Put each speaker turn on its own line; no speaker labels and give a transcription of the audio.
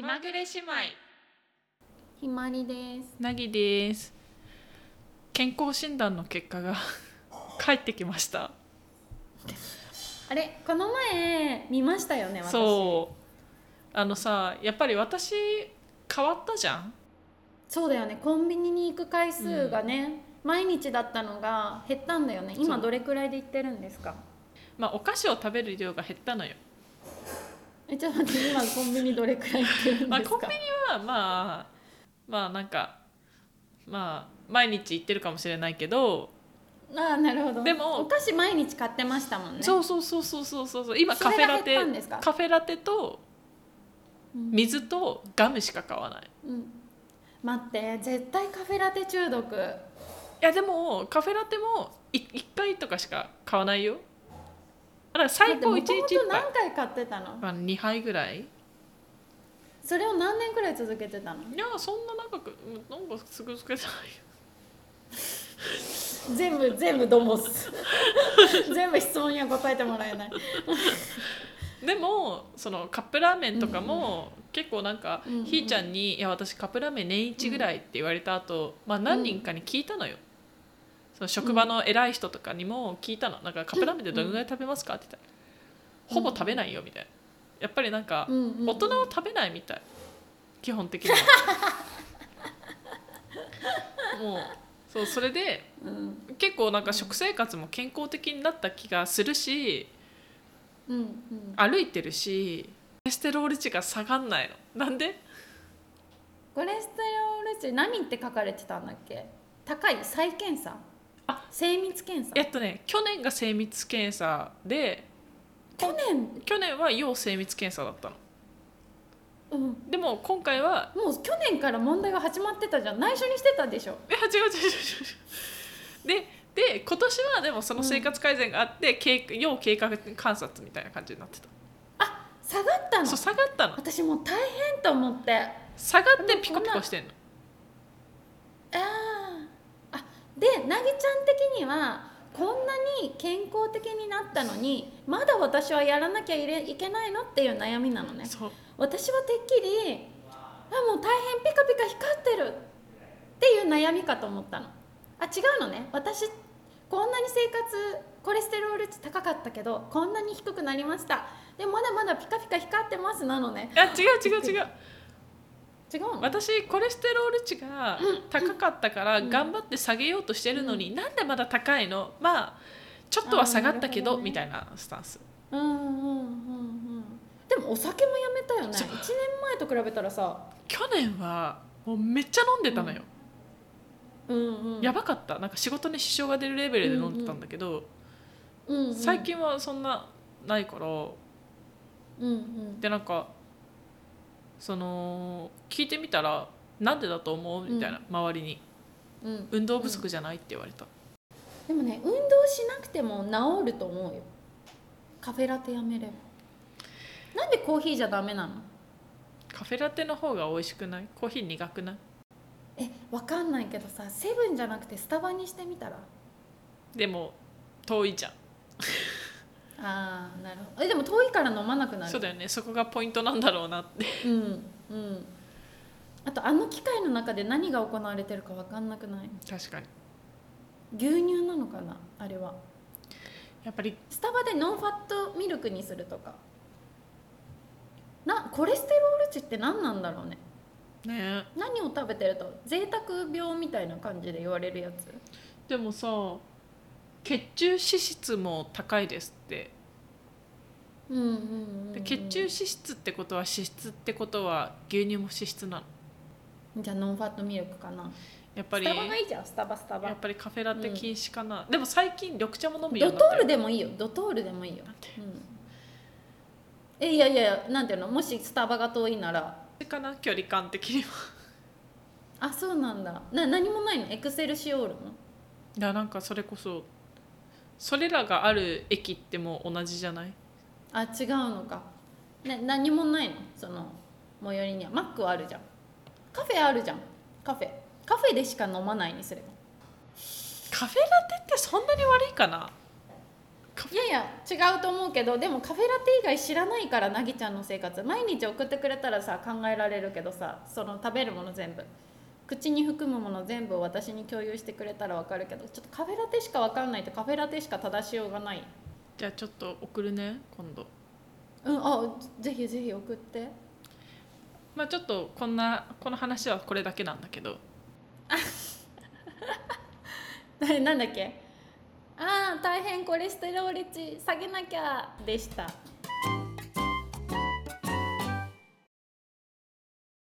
まぐれ姉妹
ひまりです。
なぎです健康診断の結果が 帰ってきました
あれ、この前見ましたよね、私。
そうあのさやっぱり私変わったじゃん
そうだよね、コンビニに行く回数がね、毎日だったのが減ったんだよね。今
そう
どれくらいで行ってるんですか。
まあお菓子を食べる量が減ったのよ
え、ちょっと待って、今コンビニどれくらい行ってるん
まあ
です
コ
か。
ンビニはまあまあなんかまあ毎日行ってるかもしれないけど、
ああ、なるほど。
でも
お菓子毎日買ってましたもんね。
そうそうそうそうそうそうそう今カ
そ
フ
れ
ェ
が
ラテ
減ったんですか
カフェラテと
うん。
水とガムしか買わない
うん。待って、絶対カフェラテ中
い
毒。
やでもカフェラテも1回とかしか買わないよだから最高1日
だって元
1
々
杯、
何回買ってたの。
まあ、2杯ぐらいい
それを何年くらい続けてたの。
やそんな長くうんなんかすぐつけないよ
全部全部ドモス 全部質問には答えてもらえない
でもそのカップラーメンとかも、結構なんか、
うんうん
ひーちゃんに「いや私カップラーメン年一ぐらい」って言われた後、まあ何人かに聞いたのよ、その職場の偉い人とかにも聞いたの「なんかカップラーメンってどのぐらい食べますか?」って言ったら「ほぼ食べないよ」みたいなやっぱりなんか、
うんうん
大人は食べないみたい基本的には もうそうそれで
うん
結構なんか食生活も健康的になった気がするし
うんうん
歩いてるしコレステロール値が下がんないのなんで
コレステロール値何って書かれてたんだっけ高い再検査
あ
精密検査
えっとね去年が精密検査で
去年
去年は要精密検査だったの
うん
でも今回は
もう去年から問題が始まってたじゃん内緒にしてたでしょ
いや違う違う違う違うでで今年はでもその生活改善があって、経過要経過観察みたいな感じになってた
下がったの
そう下がったの
私もう大変と思ってあ
下がってピコピコしてんの
ーあでなぎちゃん的にはこんなに健康的になったのにまだ私はやらなきゃいれいけないのっていう悩みなのね
そう
私はてっきりあもう大変ピカピカ光ってるっていう悩みかと思ったのあ違うのね私こんなに生活コレステロール値高かったけどこんなに低くなりましたでもまだまだピカピカ光ってますなのね
いや違う違う違う
違うの
私コレステロール値が高かったから
うん
頑張って下げようとしてるのに、なんでまだ高いのまあちょっとは下がったけど
あーなるほどね
みたいなスタンス
うんうんうんうんでもお酒もやめたよね1
そう
年前と比べたらさ
去年はもうめっちゃ飲んでたのよ、
うんうん
やばかったなんか仕事に支障が出るレベルで飲んでたんだけど、
うんうん
最近はそんなないから
うんうん
でなんかその聞いてみたらなんでだと思うみたいな、
う
周りに
うん
運動不足じゃないって言われた、
でもね運動しなくても治ると思うよカフェラテやめればなんでコーヒーじゃダメなの
カフェラテの方が美味しくないコーヒー苦くない
えわかんないけどさセブンじゃなくてスタバにしてみたら
でも遠いじゃん
あーなるほどえでも遠いから飲まなくなる
そうだよねそこがポイントなんだろうなって
うんうんあとあの機械の中で何が行われてるかわかんなくない
確かに
牛乳なのかなあれは
やっぱり
スタバでノンファットミルクにするとかなコレステロール値って何なんだろうね
ね
何を食べてると贅沢病みたいな感じで言われるやつ
でもさ血中脂質も高いですって
うんうんうん、
で血中脂質ってことは脂質ってことは牛乳も脂質なの
じゃあノンファットミルクかな
やっぱ
ス
り
タバが
や
いいじゃんスタバスタバ
っぱりカフェラテ禁止かな、でも最近緑茶も飲むよう
ド
に
ト
なった
ー
よ
ルでもいいよドトールでもいいよ
なんて
うんえいやいやなんていうのもしスタバが遠いなら
かな距離感的には
あそうなんだな何もないのエクセルシオールの
いやなんかそれこそそれらがある駅ってもう同じじゃない
あ違うのか、ね、何もないのその最寄りにはマックはあるじゃんカフェあるじゃんカフェカフェでしか飲まないにすれば
カフェラテってそんなに悪いかなカフ
いやいや違うと思うけどでもカフェラテ以外知らないからなぎちゃんの生活毎日送ってくれたらさ考えられるけどさその食べるもの全部口に含むもの全部を私に共有してくれたらわかるけどちょっとカフェラテしかわかんないとカフェラテしか正しようがない
じゃあちょっと送るね今度
うんあぜひぜひ送って
まあちょっとこんなこの話はこれだけなんだけど
ななんだっけああ大変コレステロール値下げなきゃでした